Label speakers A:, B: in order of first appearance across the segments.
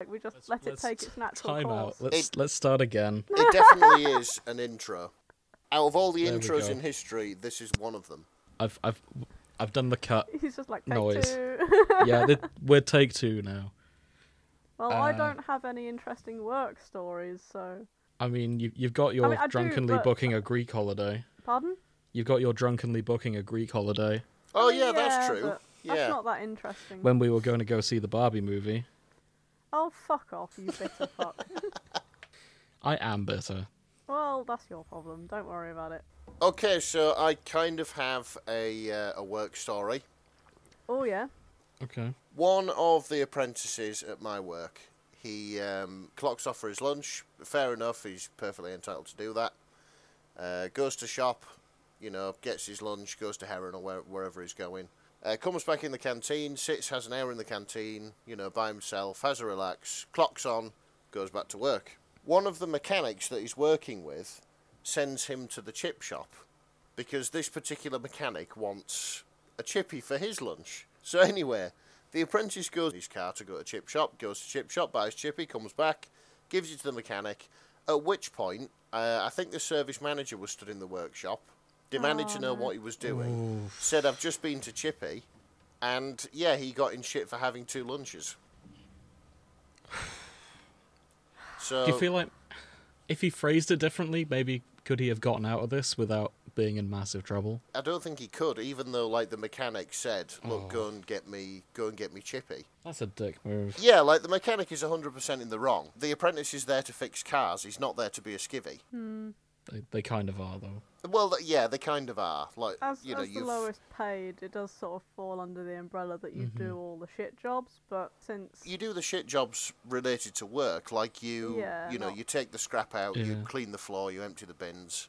A: Like we just let it
B: let's
A: take its natural
B: Time out.
A: course.
B: Let's
C: It-
B: let's start again.
C: It definitely is an intro. Out of all the
B: There we
C: intros
B: go.
C: in history, this is one of them.
B: I've I've I've done the cut.
A: He's just like take
B: Noise.
A: two.
B: Yeah, th- we're take two now.
A: well, I
B: Uh,
A: don't have any interesting work stories, so
B: I mean, you you've got your
A: I do,
B: drunkenly
A: but-
B: booking a Greek holiday.
A: pardon.
B: You've got your drunkenly booking a Greek holiday
C: Oh
A: I mean,
C: yeah, that's true.
A: but
C: yeah.
A: That's not that interesting.
B: when we were going to go see the Barbie movie.
A: Oh, fuck off, you bitter fuck.
B: I am bitter.
A: well, that's your problem. Don't worry about it.
C: Okay, so I kind of have a uh, a work story.
A: Oh yeah.
B: Okay.
C: One of the apprentices at my work, he um, clocks off for his lunch. Fair enough, he's perfectly entitled to do that. Uh, goes to shop, you know, gets his lunch, goes to Heron or where, wherever he's going. Uh, comes back in the canteen, sits, has an hour in the canteen, you know, by himself, has a relax, clocks on, goes back to work. One of the mechanics that he's working with sends him to the chip shop because this particular mechanic wants a chippy for his lunch. So anyway, the apprentice goes in his car to go to chip shop, goes to chip shop, buys chippy, comes back, gives it to the mechanic. At which point, uh, I think the service manager was stood in the workshop, demanded to know what he was doing, said, "I've just been to chippy," and yeah, he got in shit for having two lunches. So
B: Do you feel like if he phrased it differently, maybe could he have gotten out of this without being in massive trouble?
C: I don't think he could, even though like the mechanic said, "Look, go and get me, go and get me Chippy."
B: That's a dick move.
C: Yeah, like the mechanic is hundred percent in the wrong. The apprentice is there to fix cars. He's not there to be a skivvy.
A: Hmm.
B: They, they kind of are though.
C: Well, th- yeah, they kind of are. Like
A: As,
C: you know,
A: as the
C: you've
A: lowest paid, it does sort of fall under the umbrella that you
B: Mm-hmm.
A: do all the shit jobs, but since
C: you do the shit jobs related to work, like you
A: Yeah,
C: you know
A: not-
C: you take the scrap out, you
B: Yeah.
C: clean the floor, you empty the bins,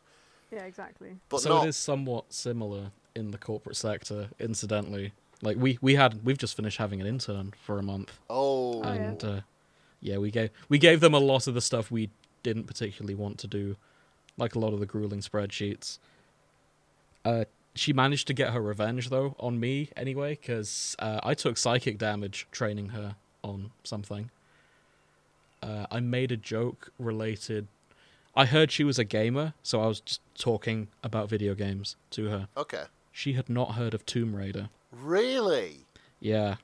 A: Yeah, exactly.
C: but
B: so
C: not
B: it is somewhat similar in the corporate sector, incidentally. Like we we had we've just finished having an intern for a month,
C: oh
A: yeah.
B: and uh, yeah, we gave we gave them a lot of the stuff we didn't particularly want to do, like a lot of the grueling spreadsheets. Uh, she managed to get her revenge though on me anyway, because uh, I took psychic damage training her on something. Uh, I made a joke related. I heard she was a gamer, so I was just talking about video games to her.
C: okay,
B: She had not heard of Tomb Raider.
C: really?
B: Yeah,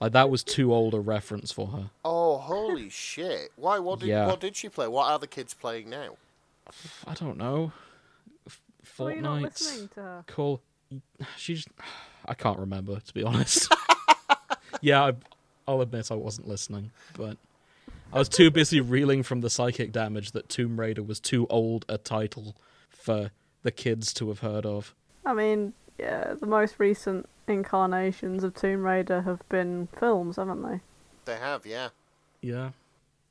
B: like that was too old a reference for her.
C: Oh holy shit! Why? What did
B: Yeah.
C: what did she play? What are the kids playing now?
B: I don't know. F-
A: Were you not
B: Fortnite.
A: listening to her?
B: Call. She just. I can't remember to be honest. yeah, I, I'll admit I wasn't listening, but I was too busy reeling from the psychic damage that Tomb Raider was too old a title for the kids to have heard of.
A: I mean, yeah, the most recent incarnations of Tomb Raider have been films, haven't they?
C: They have, yeah.
B: Yeah,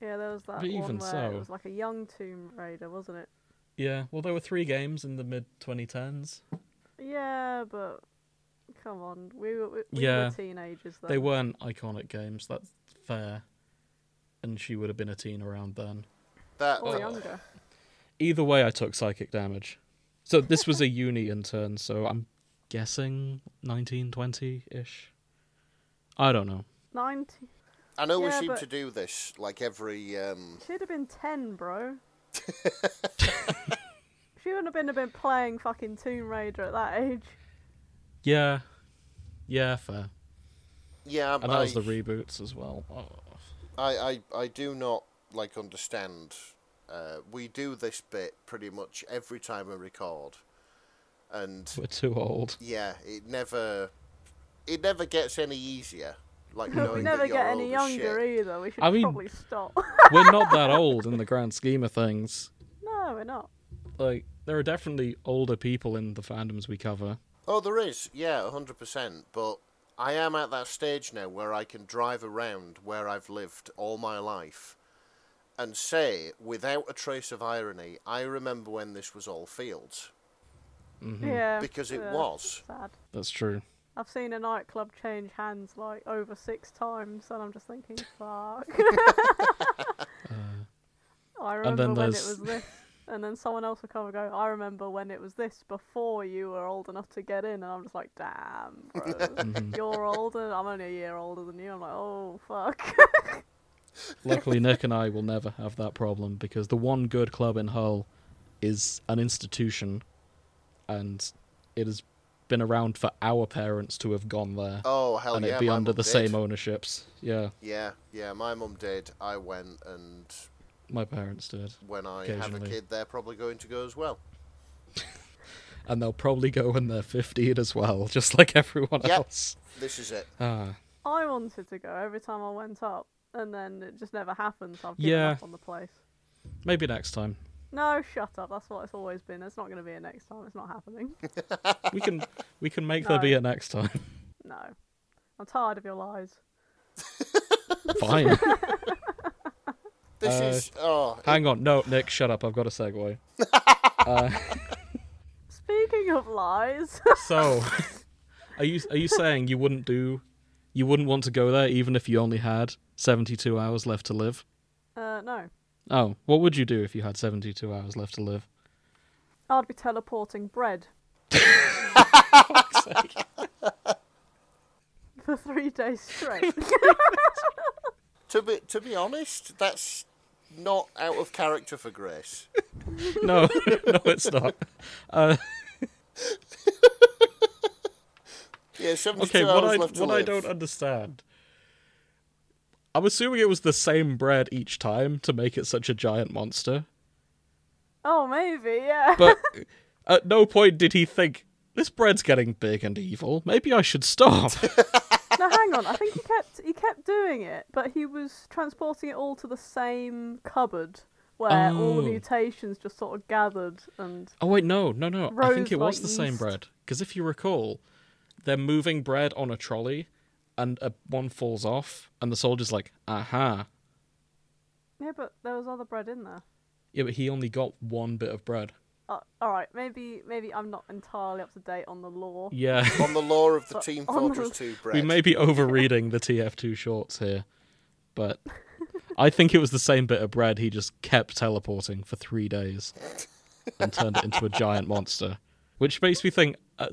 A: Yeah, there was that
B: But
A: one
B: even
A: where
B: so-
A: it was like a young Tomb Raider, wasn't it?
B: yeah. Well, there were three games in the mid 2010s.
A: Yeah, but come on, we were we, we
B: Yeah.
A: were teenagers then.
B: They weren't iconic games. That's fair. And she would have been a teen around then.
C: That
A: or
B: uh,
C: that-
A: younger.
B: either way i took psychic damage so this was a uni intern so i'm guessing 1920-ish i don't know
A: Ninety.
C: I know we
A: Yeah,
C: seem
A: but-
C: to do this like every. Um,
A: She'd have been ten, bro. she wouldn't have been have been playing fucking Tomb Raider at that age.
B: yeah yeah fair
C: yeah,
B: and that was
C: I-
B: the reboots as well oh.
C: I, I, I do not like understand. Uh, we do this bit pretty much every time we record, and
B: we're too old
C: yeah, it never, it never gets any easier. Like
A: we
C: knowing
A: never
C: that you're
A: get any
C: old as
A: younger
C: shit.
A: either. We should
B: I mean-
A: probably stop.
B: we're not that old in the grand scheme of things
A: no, we're not.
B: like there are definitely older people in the fandoms we cover
C: Oh, there is, yeah, hundred percent. But I am at that stage now where I can drive around where I've lived all my life, and say without a trace of irony, I remember when this was all fields
B: Mm-hmm.
A: Yeah.
C: because it
A: yeah,
C: was.
A: Sad.
B: that's true
A: I've seen a nightclub change hands like over six times, and I'm just thinking, fuck. I remember
B: then
A: when
B: there's-
A: it was this, and then someone else will come and go, I remember when it was this before you were old enough to get in, and I'm just like, damn,
B: Mm-hmm.
A: bro. You're older, I'm only a year older than you. I'm like, oh, fuck.
B: Luckily, Nick and I will never have that problem because the one good club in Hull is an institution, and it has been around for our parents to have gone there
C: Oh hell
B: and
C: yeah!
B: it be
C: my
B: under
C: mum
B: the
C: did.
B: same ownerships. Yeah,
C: Yeah, yeah. My mum did. I went, and
B: my parents did,
C: when I have a
B: Occasionally.
C: kid, they're probably going to go as well.
B: and they'll probably go when they're fifteen as well, just like everyone
C: Yep.
B: else.
C: This is it.
B: Ah,
A: I wanted to go every time I went up, and then it just never happened. So I've given
B: Yeah.
A: up on the place.
B: maybe next time
A: No, shut up. That's what it's always been. It's not going to be a next time. It's not happening.
B: we can we can make
A: No.
B: there be a next time.
A: no, I'm tired of your lies.
B: Fine.
C: This
B: Uh,
C: is oh. it-
B: Hang on. No, Nick, shut up. I've got a segue.
A: Speaking of lies,
B: So, are you are you saying you wouldn't do, you wouldn't want to go there even if you only had seventy two hours left to live?
A: uh, no,
B: Oh, what would you do if you had seventy two hours left to live?
A: I'd be teleporting bread for three days straight.
C: To be to be honest, that's not out of character for Grace.
B: no, no, it's not. Uh,
C: Yeah, seventy-two
B: okay,
C: hours
B: what I
C: left to
B: what I
C: live.
B: don't understand. I'm assuming it was the same bread each time to make it such a giant monster.
A: oh, maybe, yeah.
B: But at no point did he think this bread's getting big and evil. Maybe I should stop.
A: no, hang on. I think he kept he kept doing it, but he was transporting it all to the same cupboard where all the
B: Oh.
A: mutations just sort of gathered and
B: Oh wait, no, no, no. I think
A: Rose
B: it was
A: like
B: the same
A: yeast.
B: bread because if you recall, they're moving bread on a trolley, and uh one falls off, and the soldier's like, "Aha!"
A: yeah, but there was other bread in there.
B: Yeah, but he only got one bit of bread.
A: Uh, all right, maybe maybe I'm not entirely up to date on the law.
B: Yeah,
C: On the law of the
A: But
C: Team
A: on the-
C: Fortress Two bread.
B: we may be overreading the TF2 shorts here, but I think it was the same bit of bread. He just kept teleporting for three days and turned it into a giant monster, which makes me think uh,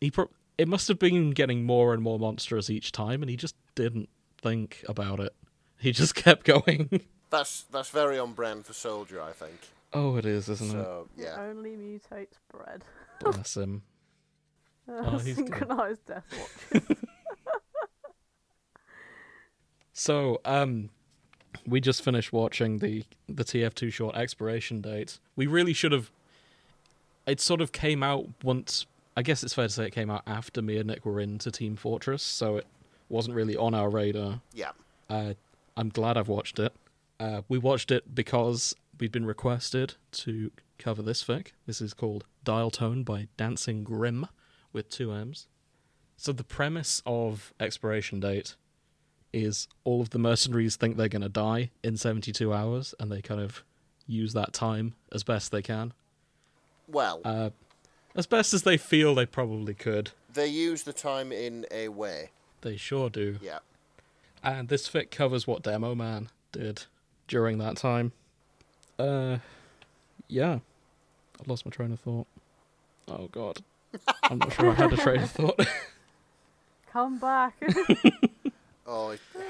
B: he pro- it must have been getting more and more monstrous each time, and he just didn't think about it. He just kept going.
C: That's that's very on brand for Soldier, I think.
B: oh, it is, isn't
C: So
A: It
C: yeah,
A: only mutates bread.
B: it? Bless him. Oh, he's dead.
A: synchronized death watch.
B: So, um, we just finished watching the the TF2 short expiration date. We really should have. It sort of came out once. I guess it's fair to say it came out after me and Nick were into Team Fortress, so it wasn't really on our radar.
C: yeah.
B: Uh, I'm glad I've watched it. Uh, we watched it because we'd been requested to cover this fic. This is called Dial Tone by Dancing Grim with two M's. So the premise of Expiration Date is all of the mercenaries think they're going to die in 72 hours and they kind of use that time as best they can.
C: Well,
B: Uh, As best as they feel they probably could.
C: they use the time in a way.
B: They sure do.
C: Yeah.
B: And this fic covers what Demo Man did during that time. Uh, yeah. I lost my train of thought. Oh god. I'm not sure I had a train of thought.
A: Come back.
C: Oh, it,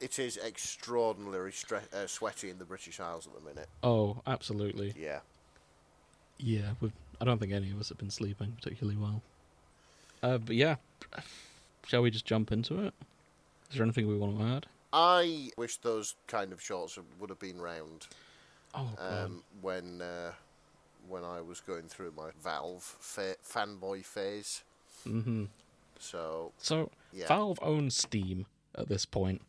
C: it is extraordinarily stre- uh, sweaty in the British Isles at the minute.
B: oh, absolutely.
C: Yeah.
B: Yeah, we've, I don't think any of us have been sleeping particularly well. Uh, but yeah. Shall we just jump into it? Is there anything we want to add?
C: I wish those kind of shorts would have been round
B: Oh, god.
C: um, when uh, when I was going through my Valve fa- fanboy phase.
B: Mhm.
C: So
B: So
C: Yeah.
B: Valve owns Steam at this point.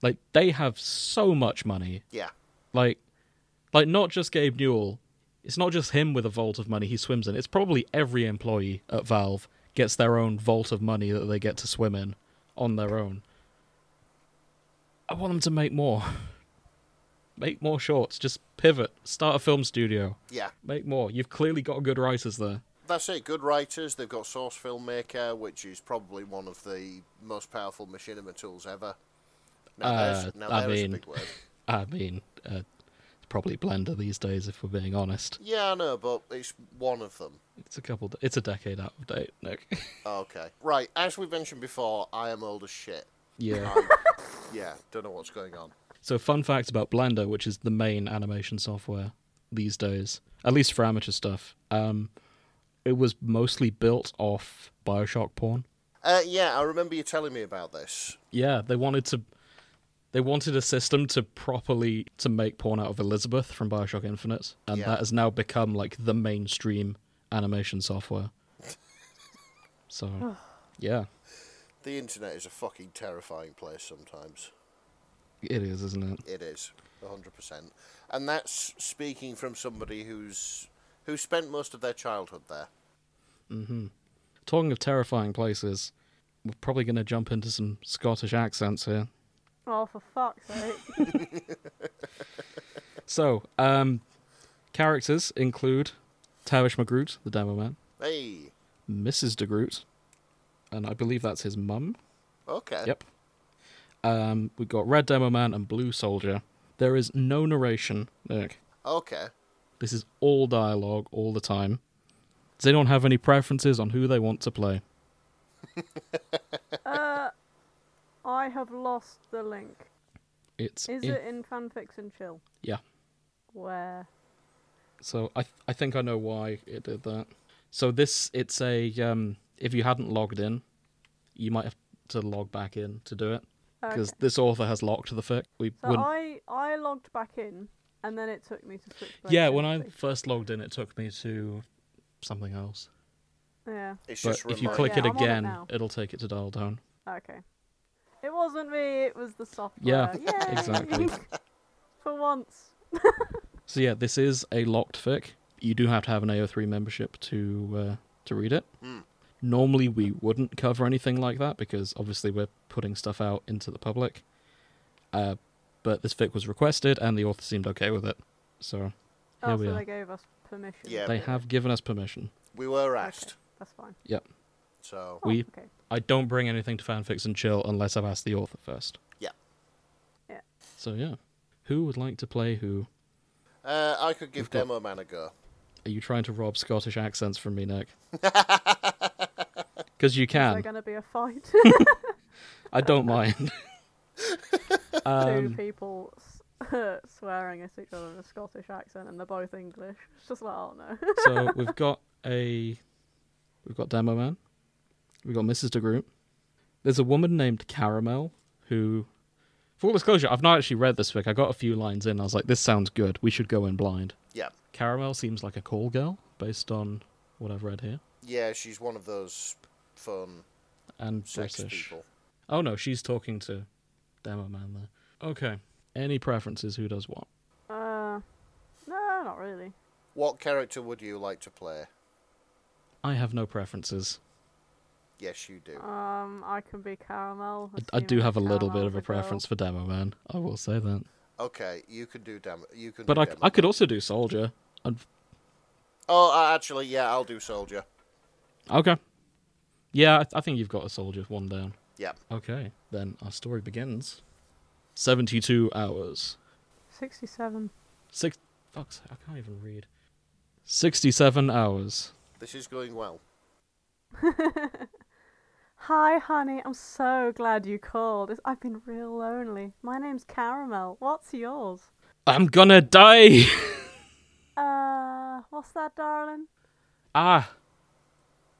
B: Like they have so much money
C: yeah,
B: like like not just Gabe Newell. It's not just him with a vault of money he swims in. It's probably every employee at Valve gets their own vault of money that they get to swim in on their own. I want them to make more. Make more shorts. Just pivot. Start a film studio.
C: yeah.
B: Make more. You've clearly got good writers there.
C: That's it. Good writers. They've got Source Filmmaker, which is probably one of the most powerful machinima tools ever. Now,
B: Uh,
C: there's, now
B: I
C: there's
B: mean-
C: a big word.
B: I mean, uh, it's probably Blender these days, if we're being honest.
C: Yeah, I know, but it's one of them.
B: It's a couple. De- it's a decade out of date, Nick.
C: Okay. Right. As we mentioned before, I am old as shit.
B: yeah.
C: Yeah. Don't know what's going on.
B: So, fun fact about Blender, which is the main animation software these days, at least for amateur stuff, um, it was mostly built off Bioshock porn.
C: Uh, yeah, I remember you telling me about this.
B: Yeah, they wanted to, they wanted a system to properly to make porn out of Elizabeth from Bioshock Infinite, and
C: Yeah.
B: that has now become like the mainstream animation software. so, yeah,
C: The internet is a fucking terrifying place sometimes.
B: it is, isn't it?
C: It is, 100%. And that's speaking from somebody who's who spent most of their childhood there.
B: Talking of terrifying places, we're probably going to jump into some Scottish accents here.
A: Oh, for fuck's sake.
B: So, um, characters include Tavish Magroot, the demo man,
C: Hey,
B: Mrs. De Groot, and I believe that's his mum.
C: okay.
B: Yep. Um, we've got Red Demo Man and Blue Soldier. There is no narration, Nick.
C: Okay.
B: This is all dialogue all the time. They don't have any preferences on who they want to play.
A: uh, I have lost the link.
B: It's
A: Is
B: in-
A: it in fanfics and chill?
B: yeah.
A: Where?
B: So I th- I think I know why it did that. So this it's a um if you hadn't logged in, you might have to log back in to do it because
A: Oh, Okay.
B: this author has locked the fic. We
A: So
B: wouldn't.
A: I I logged back in, and then it took me to switch. Back
B: yeah,
A: to
B: when I
A: Etsy.
B: first logged in, it took me to something else.
A: yeah
C: It's
B: But
C: just
B: if you
C: remind-
B: click
A: Yeah,
B: it
A: I'm on it
B: again,
A: now.
B: it will take it to dial down.
A: okay, it wasn't me. It was the
B: Yeah,
A: software. Yay!
B: exactly.
A: For once.
B: So yeah, this is a locked fic. You do have to have an AO3 membership to uh, to read it.
C: Hmm.
B: Normally, we wouldn't cover anything like that because obviously we're putting stuff out into the public. Uh, but this fic was requested, and the author seemed okay with it. So
A: Oh,
B: here
A: so
B: we
A: they
B: are.
A: gave us permission.
C: Yeah.
B: They have given us permission.
C: We were
A: Okay,
C: asked,
A: that's fine.
B: Yep.
C: so
A: Oh,
B: We-
A: okay.
B: I don't bring anything to fanfics and chill unless I've asked the author first.
C: yeah.
B: So yeah, who would like to play who?
C: Uh, I could give
B: got-
C: Demo Man a go.
B: Are you trying to rob Scottish accents from me, Nick? Because you
A: Is there
B: can.
A: going to be a fight?
B: I don't mind.
A: Two
B: um,
A: people s- swearing at each other in a Scottish accent, and they're both English. It's just like, oh no.
B: so we've got a we've got Demo Man. We've got Mrs. De Groot. There's a woman named Caramel who full disclosure, I've not actually read this fic. I got a few lines in. I was like, this sounds good. We should go in blind.
C: Yeah.
B: Caramel seems like a call girl based on what I've read here.
C: Yeah, she's one of those fun
B: And
C: sex
B: British.
C: people.
B: Oh no, she's talking to Demo Man there. Okay. Any preferences who does what?
A: Uh, no, not really.
C: What character would you like to play?
B: I have no preferences.
C: Yes, you do.
A: Um, I can be caramel.
B: I, I do
A: assuming
B: have a little bit
A: Caramel's
B: of a
A: girl.
B: preference for Demo Man. I will say that.
C: Okay, you can do Demo. You can.
B: But
C: do
B: I,
C: Demo
B: I could
C: Man.
B: also do Soldier. I'd
C: Oh, uh, actually, yeah, I'll do Soldier.
B: Okay. Yeah, I, th- I think you've got a soldier one down.
C: Yeah.
B: Okay, then our story begins. Seventy-two hours.
A: Sixty-seven.
B: Six. Fuck's sake, I can't even read. Sixty-seven hours.
C: This is going well.
A: Hi, honey. I'm so glad you called. It's, I've been real lonely. My name's Caramel. What's yours?
B: I'm gonna die.
A: Uh, what's that, darling?
B: ah.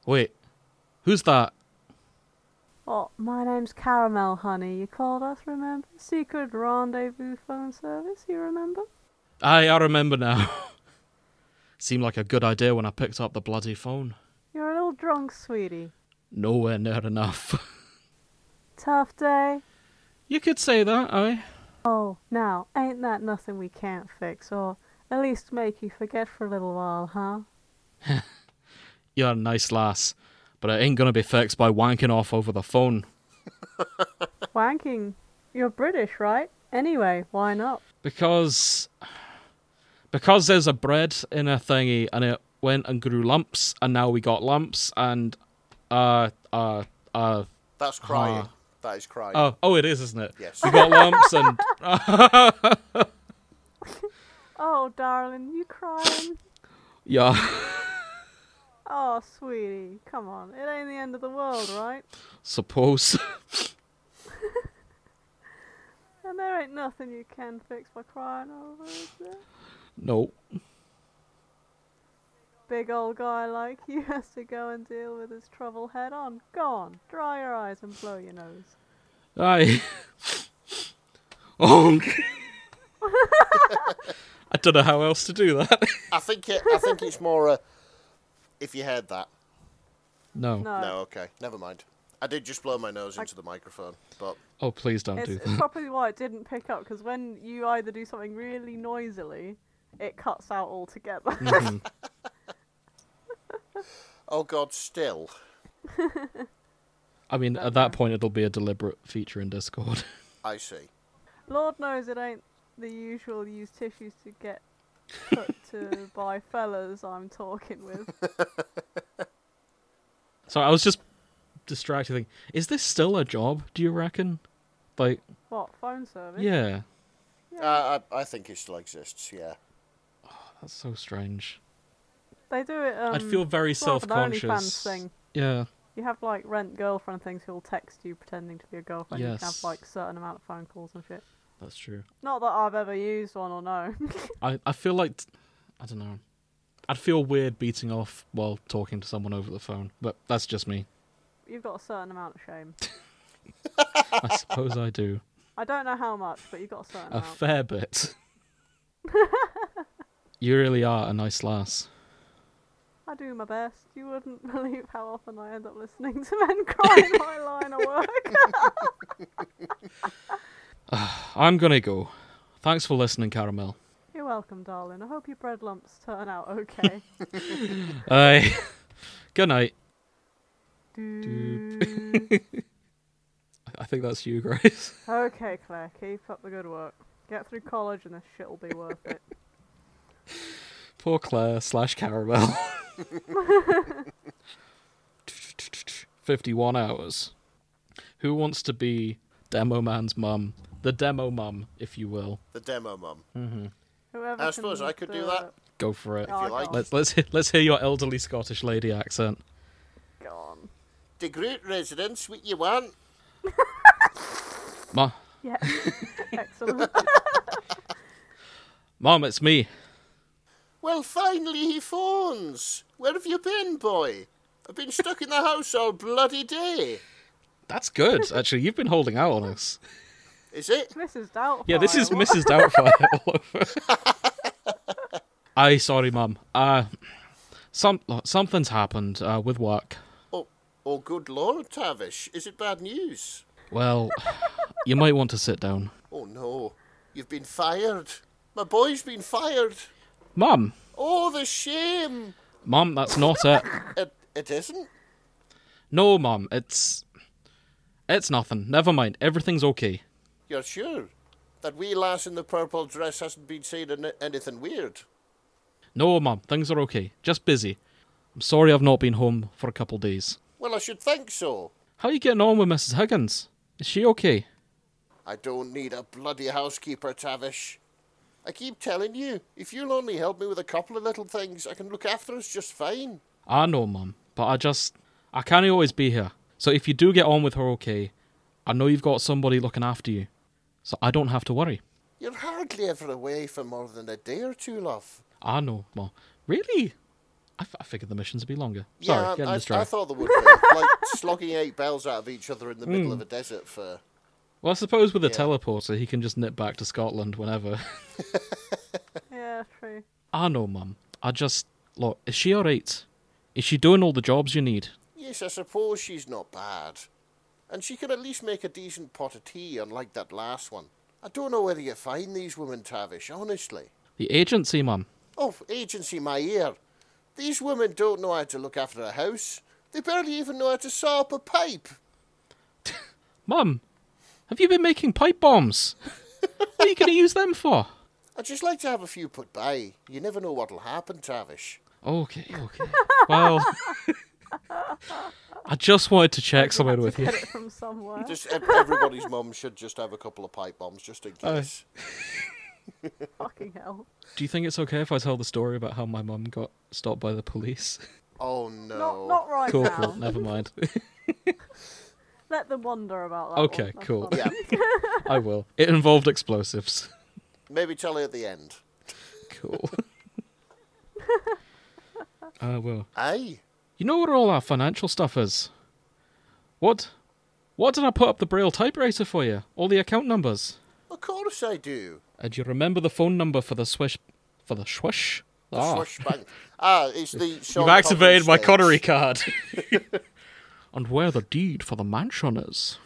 B: Wait. Who's that?
A: What? My name's Caramel, honey. You called us, remember? Secret rendezvous phone service. You remember?
B: Aye, I remember now. Seemed like a good idea when I picked up the bloody phone.
A: You're a little drunk, sweetie.
B: Nowhere near enough.
A: Tough day.
B: you could say that, aye.
A: Oh, now, ain't that nothing we can't fix, or at least make you forget for a little while, huh?
B: You're a nice lass, but it ain't gonna be fixed by wanking off over the phone.
A: Wanking. You're British, right? Anyway, why not?
B: because because there's a bread in a thingy and it went and grew lumps and now we got lumps and uh uh uh
C: That's crying. That is crying.
B: Ah. oh oh it is isn't it
C: Yes.
B: we got lumps and
A: Oh, darling, you crying?
B: yeah
A: Oh, sweetie, come on. It ain't the end of the world, right?
B: suppose
A: And And there ain't nothing you can fix by crying over, is there?
B: No.
A: Big old guy like you has to go and deal with his trouble head on. Go on, dry your eyes and blow your nose.
B: I. oh. I don't know how else to do that.
C: I think it. I think it's more a. If you heard that,
B: No.
A: No,
C: no, okay, never mind. I did just blow my nose
A: Uh. I-
C: into the microphone, but
B: Oh, please don't
A: it's,
B: do
A: it's
B: that.
A: probably why it didn't pick up because when you either do something really noisily, it cuts out altogether.
B: Mhm.
C: oh god, still.
B: I mean, at that point, it'll be a deliberate feature in Discord.
C: I see.
A: Lord knows it ain't the usual use tissues to get put to by fellas I'm talking with.
B: So I was just distracted. Thinking, is this still a job? Do you reckon? Like,
A: What phone service?
B: yeah,
C: Uh, I, I think it still exists. Yeah.
B: that's so strange.
A: They do it. Um,
B: I'd feel very
A: it's more of an
B: self-conscious.
A: OnlyFans thing.
B: Yeah,
A: You have like rent girlfriend things who'll text you pretending to be a girlfriend. You can have
B: Yes.
A: like certain amount of phone calls and shit.
B: that's true.
A: Not that I've ever used one or no.
B: I I feel like t- I don't know. I'd feel weird beating off while talking to someone over the phone, but that's just me.
A: You've got a certain amount of shame.
B: I suppose I do
A: I don't know how much, but you've got a certain
B: a
A: amount.
B: fair bit. you really are a nice lass.
A: I do my best. You wouldn't believe how often I end up listening to men cry in my line of work.
B: I'm gonna go. Thanks for listening, Caramel.
A: You're welcome, darling. I hope your bread lumps turn out okay.
B: Aye. Good night.
A: Doop.
B: I think that's you, Grace.
A: okay, Claire, keep up the good work. Get through college and this shit'll be worth it.
B: Poor Claire slash Caramel. 51 hours. Who wants to be Demo Man's mum? The Demo Mum, if you will.
C: The demo mum.
A: Whoever
C: I suppose
A: can
C: I could do
A: it.
C: that.
B: Go for it.
A: Oh,
C: you like.
A: God.
B: Let's let's he- let's hear your elderly Scottish lady accent.
A: Go on.
C: The great residence, what you want?
B: Ma,
A: Yeah. Excellent.
B: mom, it's me.
C: Well, finally he phones. Where have you been, boy? I've been stuck in the house all bloody day.
B: That's good. Actually, you've been holding out on us.
C: Is it?
A: Mrs. Doubtfire.
B: Yeah, this is
A: what-
B: Mrs. Doubtfire all over. I sorry, mum. Uh, some something's happened uh, with work.
C: Oh, oh, good lord, Tavish. Is it bad news?
B: Well, you might want to sit down.
C: Oh no, you've been fired. My boy's been fired.
B: Mum,
C: Oh, the shame.
B: mum, that's not it.
C: It, it isn't.
B: No, mum, it's it's nothing. Never mind. Everything's okay.
C: You're sure that wee lass in the purple dress hasn't been saying an- anything weird?
B: No, mum, things are okay. Just busy. I'm sorry I've not been home for a couple days.
C: Well, I should think so.
B: How you getting on with Mrs. Higgins? Is she okay?
C: I don't need a bloody housekeeper, Tavish. I keep telling you, if you'll only help me with a couple of little things, I can look after us just fine.
B: I know, mum, but I just I can't always be here. So if you do get on with her okay, I know you've got somebody looking after you. So I don't have to worry.
C: You're hardly ever away for more than a day or two, love.
B: I know, mum. Really? I, f- I figured the missions would be longer. Sorry,
C: yeah,
B: getting
C: I, I
B: distracted.
C: thought there would be. like slogging eight bells out of each other in the
B: Hmm.
C: middle of a desert for.
B: Well, I suppose with a
C: Yeah.
B: teleporter, he can just nip back to Scotland whenever.
A: Yeah, true.
B: I know, Mum. I just look. Is she all right? Is she doing all the jobs you need?
C: Yes, I suppose she's not bad. And she can at least make a decent pot of tea, unlike that last one. I don't know whether you find these women, Tavish, honestly.
B: The agency, Mum.
C: Oh, agency, my ear. These women don't know how to look after a house. They barely even know how to saw up a pipe.
B: Mum, have you been making pipe bombs? what are you going to use them for?
C: I'd just like to have a few put by. You never know what'll happen, Tavish.
B: Okay, okay. Well, I just wanted to check something with you.
A: Get it from somewhere.
C: Just ev- everybody's mum should just have a couple of pipe bombs just in
B: Aye.
C: case.
A: Fucking hell.
B: Do you think it's okay if I tell the story about how my mum got stopped by the police?
C: Oh no.
A: Not, not right
B: Cool,
A: now.
B: cool. Never mind.
A: let them wonder about that.
B: Okay,
A: one. That's
B: cool.
A: fine.
C: Yeah,
B: I will. It involved explosives.
C: maybe tell her at the end.
B: Cool. I will.
C: Aye.
B: You know what all our financial stuff is? What? What did I put up the braille typewriter for you? All the account numbers.
C: Of course I do.
B: Uh, do you remember the phone number for the swish? For the swish?
C: The Swish Bank. Ah, it's the. Sean
B: Ah. You've activated my
C: Connery stage.
B: Connery card. and where the deed for the mansion is.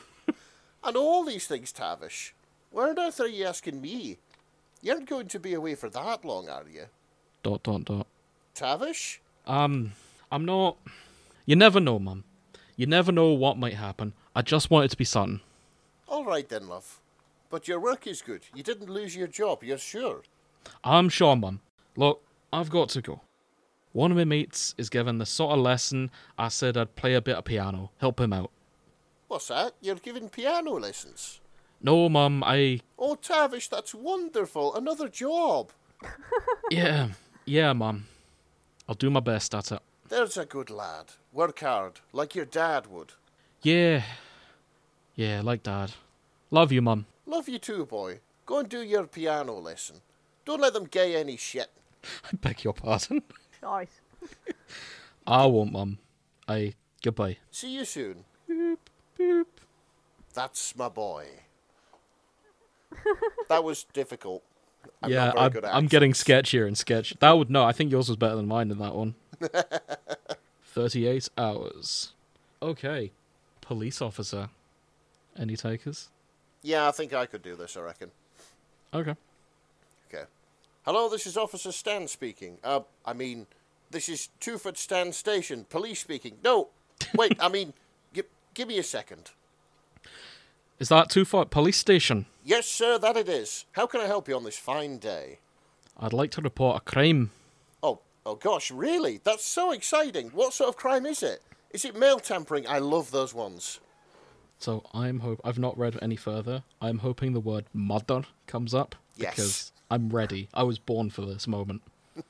C: And all these things, Tavish. Why on earth are you asking me? You aren't going to be away for that long, are you?
B: Dot dot dot.
C: Tavish?
B: Um, I'm not. You never know, mum. You never know what might happen. I just want it to be sudden.
C: All right then, love. But your work is good. You didn't lose your job, you're sure.
B: I'm sure, mum. Look, I've got to go. One of my mates is giving the sort of lesson I said I'd play a bit of piano. Help him out.
C: What's that? You're giving piano lessons.
B: No, mum, I.
C: Oh, Tavish, that's wonderful. Another job.
B: Yeah, yeah, mum. I'll do my best at it.
C: There's a good lad. Work hard, like your dad would.
B: Yeah. Yeah, like dad. Love you, mum.
C: Love you too, boy. Go and do your piano lesson. Don't let them gay any shit.
B: I beg your pardon.
A: Shite.
B: I won't, mum. I. Goodbye.
C: See you soon.
B: Boop, boop.
C: That's my boy. that was difficult. I'm
B: yeah,
C: not very
B: I,
C: good at
B: I'm getting sketchier and sketch. That would no. I think yours was better than mine in that one. Thirty-eight hours. Okay, police officer. Any takers?
C: Yeah, I think I could do this, I reckon.
B: Okay.
C: Okay. Hello, this is Officer Stan speaking. Uh, I mean, this is Two Foot Stan Station, police speaking. No, wait, I mean, gi- give me a second.
B: Is that too far? Police station.
C: Yes, sir, that it is. How can I help you on this fine day?
B: I'd like to report a crime.
C: Oh, oh gosh, really? That's so exciting. What sort of crime is it? Is it mail tampering? I love those ones.
B: So I'm hope I've not read any further. I'm hoping the word mother comes up
C: Yes.
B: because I'm ready. I was born for this moment.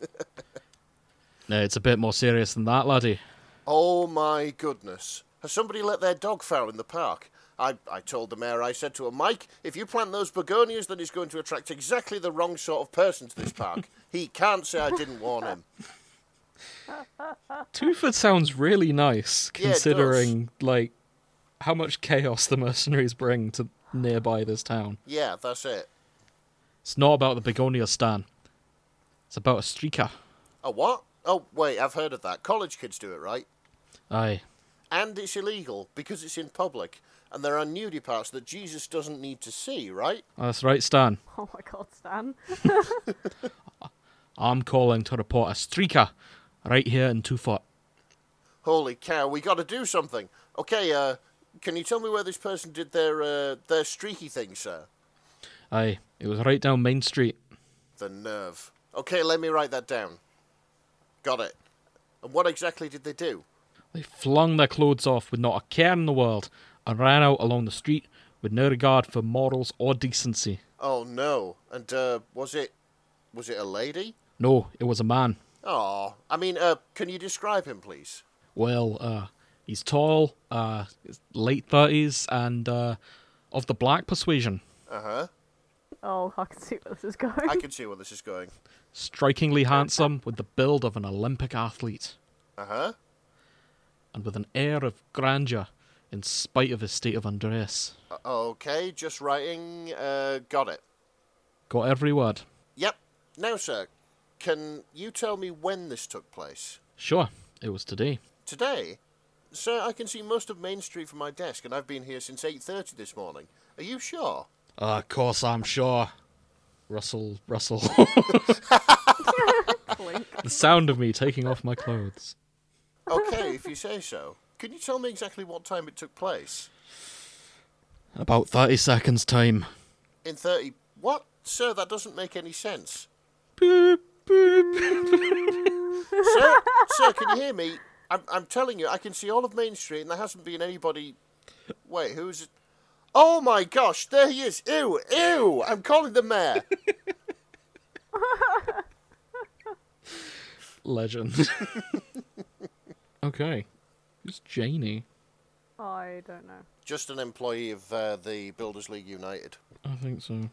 B: no, it's a bit more serious than that, laddie.
C: Oh my goodness. Has somebody let their dog foul in the park? I, I told the mayor, I said to her, Mike, if you plant those begonias, then it's going to attract exactly the wrong sort of person to this park. he can't say I didn't warn him.
B: Twofoot sounds really nice,
C: Yeah, it does.
B: considering like how much chaos the mercenaries bring to nearby this town.
C: Yeah, that's it.
B: It's not about the begonia stan. It's about a streaker.
C: A what? Oh, wait, I've heard of that. College kids do it, right?
B: Aye.
C: And it's illegal because it's in public, and there are nudie parts that Jesus doesn't need to see, right?
B: That's right, Stan.
A: Oh my god, Stan.
B: I'm calling to report a streaker right here in Twofoot.
C: Holy cow, we got to do something. Okay, uh, can you tell me where this person did their uh, their streaky thing, sir?
B: Aye. It was right down Main Street.
C: The nerve. Okay, let me write that down. Got it. And what exactly did they do?
B: They flung their clothes off with not a care in the world and ran out along the street with no regard for morals or decency.
C: Oh no. And uh, was it was it a lady?
B: No, it was a man.
C: Oh, I mean, uh, can you describe him, please?
B: Well, uh, he's tall, uh, he's late thirties, and uh, of the black persuasion,
C: Uh huh.
A: Oh, I can see where this is going.
C: I can see where this is going.
B: strikingly handsome, with the build of an Olympic athlete,
C: Uh huh.
B: and with an air of grandeur, in spite of his state of undress.
C: Uh, Okay, just writing. Uh, got it.
B: Got every word.
C: Yep. Now, sir, can you tell me when this took place?
B: Sure, it was today.
C: Today, sir, I can see most of Main Street from my desk, and I've been here since eight thirty this morning. Are you sure?
B: of course, I'm sure. Russell, Russell.
A: Clink.
B: the sound of me taking off my clothes.
C: Okay, if you say so. Can you tell me exactly what time it took place?
B: About 30 seconds' time.
C: In thirty. What, sir? That doesn't make any sense.
B: Boop, boop.
C: sir, sir, can you hear me? I'm, I'm telling you, I can see all of Main Street, and there hasn't been anybody. Wait, who is it? Oh my gosh, there he is! Ew, ew! I'm calling the mayor.
B: Legend. okay. Who's Janie?
A: I don't know.
C: Just an employee of uh, the Builders League United.
B: I think so.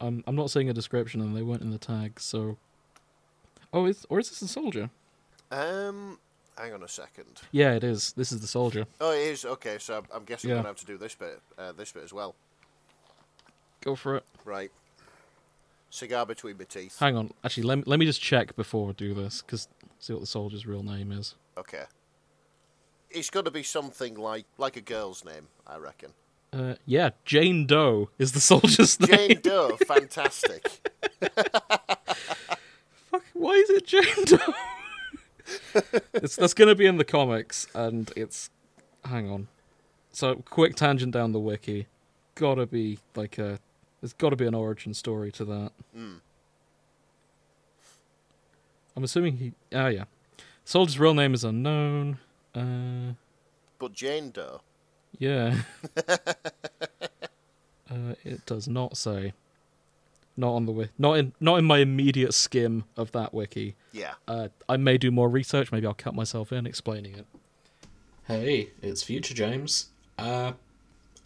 B: I'm I'm not seeing a description, and they weren't in the tag. So, oh, is or is this a soldier?
C: Um, hang on a second.
B: Yeah, it is. This is the soldier.
C: Oh, it is okay. So I'm, I'm guessing I'm
B: Yeah.
C: gonna have to do this bit, uh, this bit as well.
B: Go for it.
C: Right. Cigar between my teeth.
B: Hang on. Actually, let let me just check before I do this, because see what the soldier's real name is.
C: Okay. It's got to be something like like a girl's name, I reckon.
B: Uh, yeah, Jane Doe is the soldier's name.
C: Jane Doe, fantastic.
B: Fuck, why is it Jane Doe? it's, that's going to be in the comics, and it's. Hang on. So, quick tangent down the wiki. Gotta be like a. There's gotta be an origin story to that. I'm assuming he. Ah, yeah. Soldier's real name is unknown. Uh,
C: But Jane Doe.
B: yeah. uh, it does not say. Not on the wi- not in not in my immediate skim of that wiki.
C: Yeah.
B: Uh, I may do more research. Maybe I'll cut myself in explaining it. Hey, it's Future James. Uh,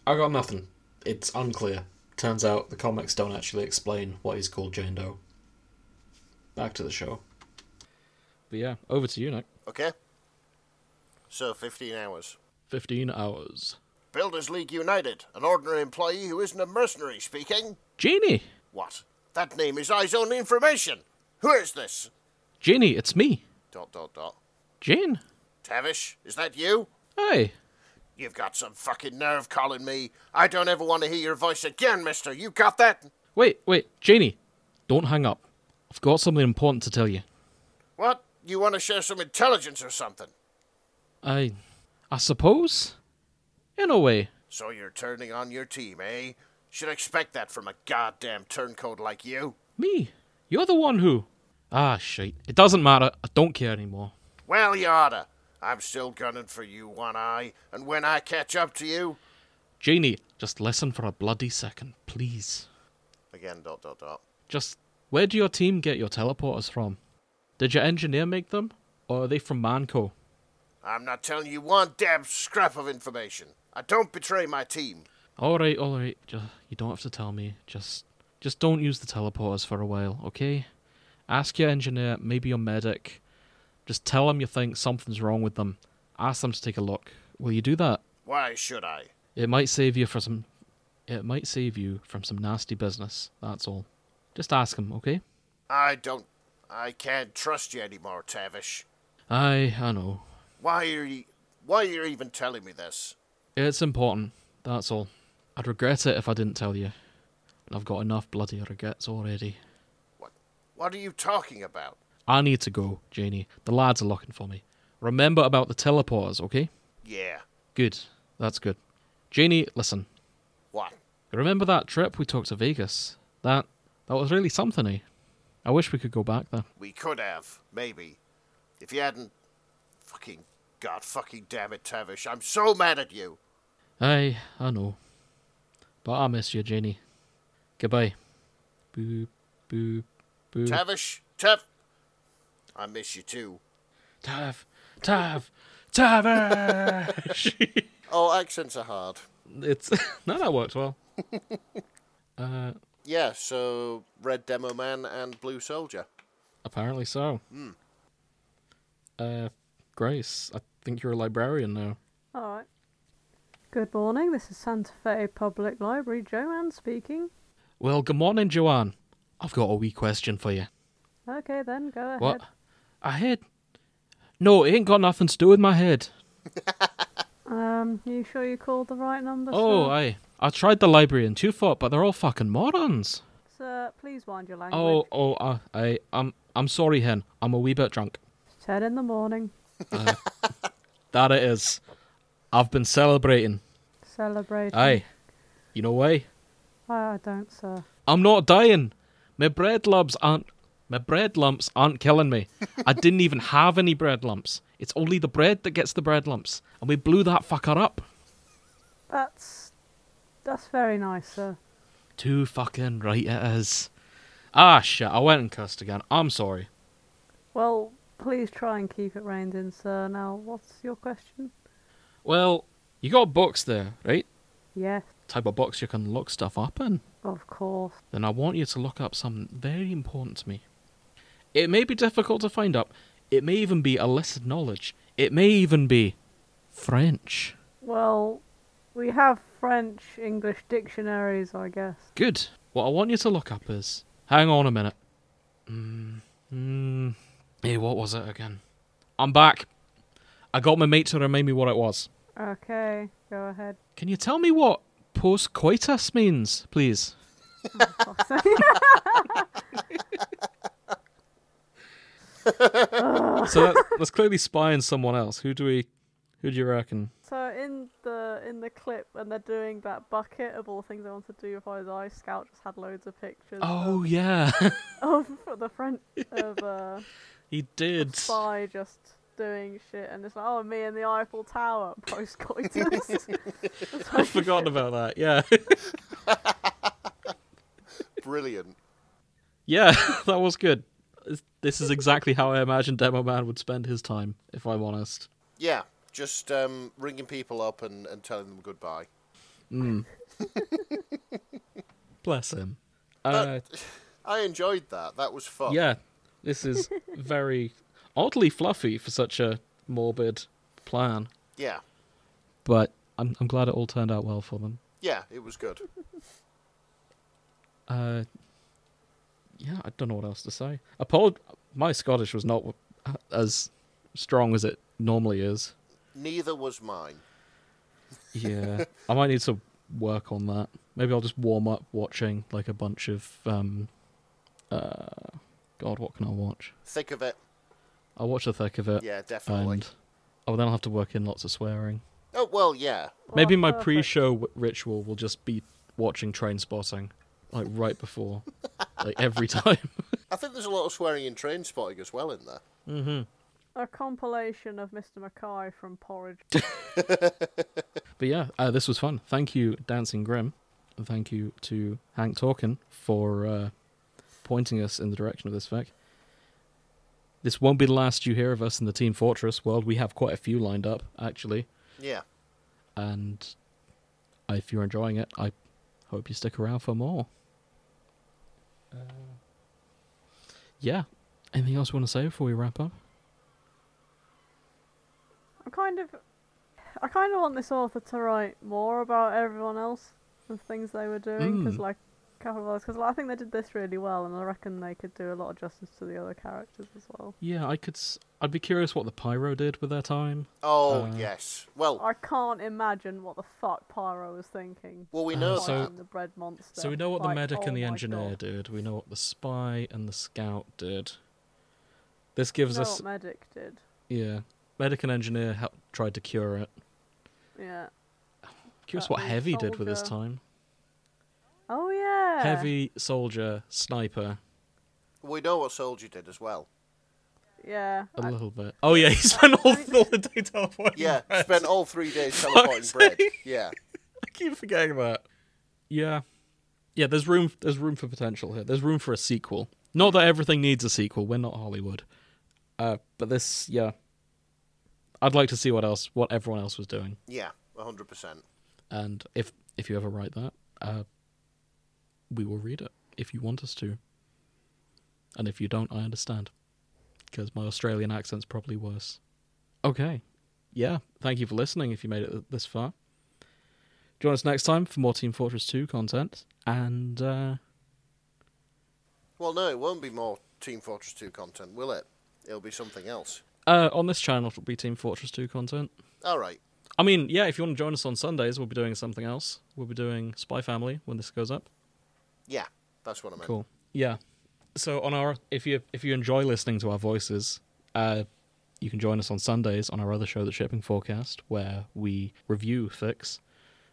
B: I got nothing. It's unclear. Turns out the comics don't actually explain what he's called Jane Doe. Back to the show. But yeah, over to you, Nick.
C: Okay. So 15 hours.
B: 15 hours.
C: Builders League United, an ordinary employee who isn't a mercenary speaking.
B: Jeannie!
C: What? That name is I's own information. Who is this?
B: Jeannie, it's me.
C: Dot dot dot.
B: Jane?
C: Tavish, is that you?
B: Hey!
C: You've got some fucking nerve calling me. I don't ever want to hear your voice again, mister. You got that?
B: Wait, wait, Janie, don't hang up. I've got something important to tell you.
C: What? You want to share some intelligence or something?
B: I. I suppose? In a way.
C: So you're turning on your team, eh? Should expect that from a goddamn turncoat like you.
B: Me? You're the one who. Ah, shite. It doesn't matter. I don't care anymore.
C: Well, you oughta. I'm still gunning for you, One Eye, and when I catch up to you.
B: Janie, just listen for a bloody second, please.
C: Again, dot dot dot.
B: Just. Where do your team get your teleporters from? Did your engineer make them? Or are they from Manco?
C: I'm not telling you one damn scrap of information. I don't betray my team.
B: Alright, alright. Just, you don't have to tell me. Just. Just don't use the teleporters for a while, okay? Ask your engineer, maybe your medic. Just tell them you think something's wrong with them. Ask them to take a look. Will you do that?
C: Why should I?
B: It might save you for some. It might save you from some nasty business. That's all. Just ask him, okay?
C: I don't. I can't trust you anymore, Tavish.
B: I I know.
C: Why are you. Why are you even telling me this?
B: It's important. That's all. I'd regret it if I didn't tell you. And I've got enough bloody regrets already.
C: What, what are you talking about?
B: I need to go, Janie. The lads are looking for me. Remember about the teleporters, okay?
C: Yeah.
B: Good. That's good. Janie, listen.
C: What?
B: Remember that trip we took to Vegas? That that was really something, eh? I wish we could go back there.
C: We could have, maybe. If you hadn't. Fucking. God fucking damn it, Tavish. I'm so mad at you.
B: Aye, I know. But I miss you, Janie. Goodbye. Boo, boo, boo.
C: Tavish. Tav. I miss you too.
B: Tav, Tav, Tavish.
C: Oh, accents are hard.
B: it's no, that worked well. uh,
C: Yeah, so Red Demo Man and Blue Soldier.
B: apparently so. Uh, Grace, I think you're a librarian now.
A: All right. Good morning. This is Santa Fe Public Library. Joanne speaking.
B: Well, good morning, Joanne. I've got a wee question for you.
A: Okay, then go ahead.
B: What? A head? No, it ain't got nothing to do with my head.
A: Um, you sure you called the right number?
B: Oh,
A: sir?
B: aye. I tried the library in Tufot, but they're all fucking morons.
A: Sir, please wind your language.
B: Oh, oh, uh, I, I'm, I'm sorry, Hen. I'm a wee bit drunk.
A: It's ten in the morning.
B: That it is. I've been celebrating.
A: Celebrating.
B: Aye. You know why?
A: I don't, sir.
B: I'm not dying. My bread lumps aren't. My bread lumps aren't killing me. I didn't even have any bread lumps. It's only the bread that gets the bread lumps, and we blew that fucker up.
A: That's that's very nice, sir.
B: Too fucking right it is. Ah shit! I went and cussed again. I'm sorry.
A: Well, please try and keep it reined in, sir. Now, what's your question?
B: Well, You got a box there, right?
A: Yes,
B: Type of box you can look stuff up in.
A: of course.
B: Then I want you to look up something very important to me. It may be difficult to find up. It may even be illicit knowledge. It may even be French.
A: Well, we have French English dictionaries, I guess.
B: Good. What I want you to look up is. Hang on a minute. Mm, mm, hey, what was it again? I'm back. I got my mate to remind me what it was.
A: Okay, go ahead.
B: Can you tell me what post coitus means, please?
A: Fuck's sake.
B: so that's, that's clearly spying someone else. Who do we. Who do you reckon?
A: so in the in the clip when they're doing that bucket of all the things I want to do with eyes, I Scout just had loads of pictures
B: Oh, yeah.
A: of, of the French of uh,
B: he did.
A: spy just doing shit and it's like oh me and the Eiffel Tower post coitus.
B: I'd forgotten about that. Yeah.
C: Brilliant.
B: Yeah, that was good. This- This is exactly how I imagine Demo Man would spend his time, if I'm honest.
C: Yeah, just um, ringing people up and, and telling them goodbye.
B: Mm. Bless him. Uh,
C: That- I enjoyed that. That was fun.
B: yeah, this is very oddly fluffy for such a morbid plan,
C: Yeah.
B: but I'm, I'm glad it all turned out well for them.
C: Yeah, it was good.
B: Uh, yeah, I don't know what else to say. Apolog- my Scottish was not uh, as strong as it normally is.
C: Neither was mine.
B: Yeah, I might need to work on that. Maybe I'll just warm up watching like a bunch of um, uh, God, what can I watch?
C: Thick of it.
B: I'll watch the thick of it,
C: Yeah, definitely.
B: Uh, and oh, then I'll have to work in lots of swearing.
C: Oh, well, yeah.
B: Maybe
A: Oh,
B: my
A: perfect.
B: pre-show w- ritual will just be watching Train Spotting, like right before, like every time.
C: I think there's a lot of swearing in train spotting as well in there.
B: mm-hmm.
A: a compilation of Mr. Mackay from Porridge.
B: But yeah, uh, this was fun. Thank you, Dancing Grim, and thank you to Hank Talkin for uh, pointing us in the direction of this fic. This won't be the last you hear of us in the Team Fortress world. We have quite a few lined up, actually,
C: Yeah.
B: and if you're enjoying it, I hope you stick around for more. Uh. yeah. Anything else you want to say before we wrap up?
A: I kind of, I kind of want this author to write more about everyone else and things they were doing because,
B: Mm.
A: like, couple of others, because I think they did this really well, and I reckon they could do a lot of justice to the other characters as well.
B: Yeah, I could. S- I'd be curious what the Pyro did with their time.
C: Oh,
B: Uh,
C: yes. Well,
A: I can't imagine what the fuck Pyro was thinking.
C: well, we
B: Uh,
C: know
B: so-
C: that.
A: fighting the bread monster.
B: So we know what the
A: Like,
B: medic
A: oh
B: and the
A: my
B: engineer
A: God.
B: did. We know what the spy and the scout did. This
A: We
B: gives
A: know
B: us
A: what medic did.
B: yeah. Medic and engineer ha- tried to cure it.
A: Yeah.
B: Curious
A: That
B: what
A: old
B: heavy did with his
A: Uh, soldier.
B: time.
A: Oh yeah.
B: Heavy soldier sniper
C: We know what Soldier did as well.
A: Yeah.
B: a
A: I-
B: little bit. Oh yeah, he spent all, all the day teleporting.
C: Yeah,
B: bread.
C: spent all three days teleporting
B: Fuck's
C: bread. Yeah.
B: I keep forgetting that. Yeah, yeah. There's room. There's room for potential here. There's room for a sequel. Not that everything needs a sequel. We're not Hollywood. Uh, but this, yeah. I'd like to see what else, what everyone else was doing,
C: Yeah, 100%.
B: and if if you ever write that, uh, we will read it if you want us to. And if you don't, I understand, because my Australian accent's probably worse. Okay, yeah. Thank you for listening. If you made it this far. Join us next time for more Team Fortress 2 content. And uh,
C: Well, no, it won't be more Team Fortress 2 content, will it? It'll be something else.
B: uh, on this channel, it'll be Team Fortress 2 content.
C: All right.
B: I mean, yeah, if you want to join us on Sundays, we'll be doing something else. We'll be doing Spy Family when this goes up.
C: Yeah, that's what I meant.
B: Cool. Yeah. So on our, if you if you enjoy listening to our voices, uh, you can join us on Sundays on our other show, The Shipping Forecast, where we review fix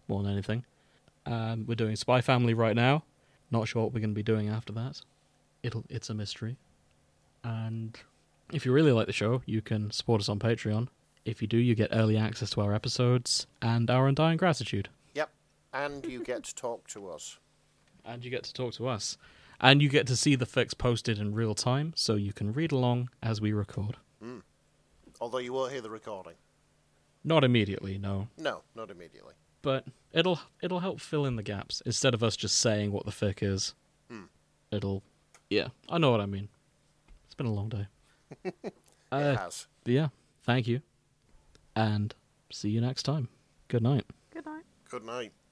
B: more than anything. Um, we're doing Spy Family right now. Not sure what we're going to be doing after that. It'll it's a mystery. And if you really like the show, you can support us on Patreon. If you do, you get early access to our episodes and our undying gratitude
C: Yep. And you get to talk to us.
B: and you get to talk to us and you get to see the fix posted in real time so you can read along as we record
C: Although you won't hear the recording.
B: Not immediately, no.
C: No, not immediately.
B: But it'll it'll help fill in the gaps instead of us just saying what the fic is.
C: Hmm.
B: It'll, yeah, I know what I mean. It's been a long day. uh,
C: it has.
B: but yeah, thank you, and see you next time. Good night.
A: Good night.
C: Good night.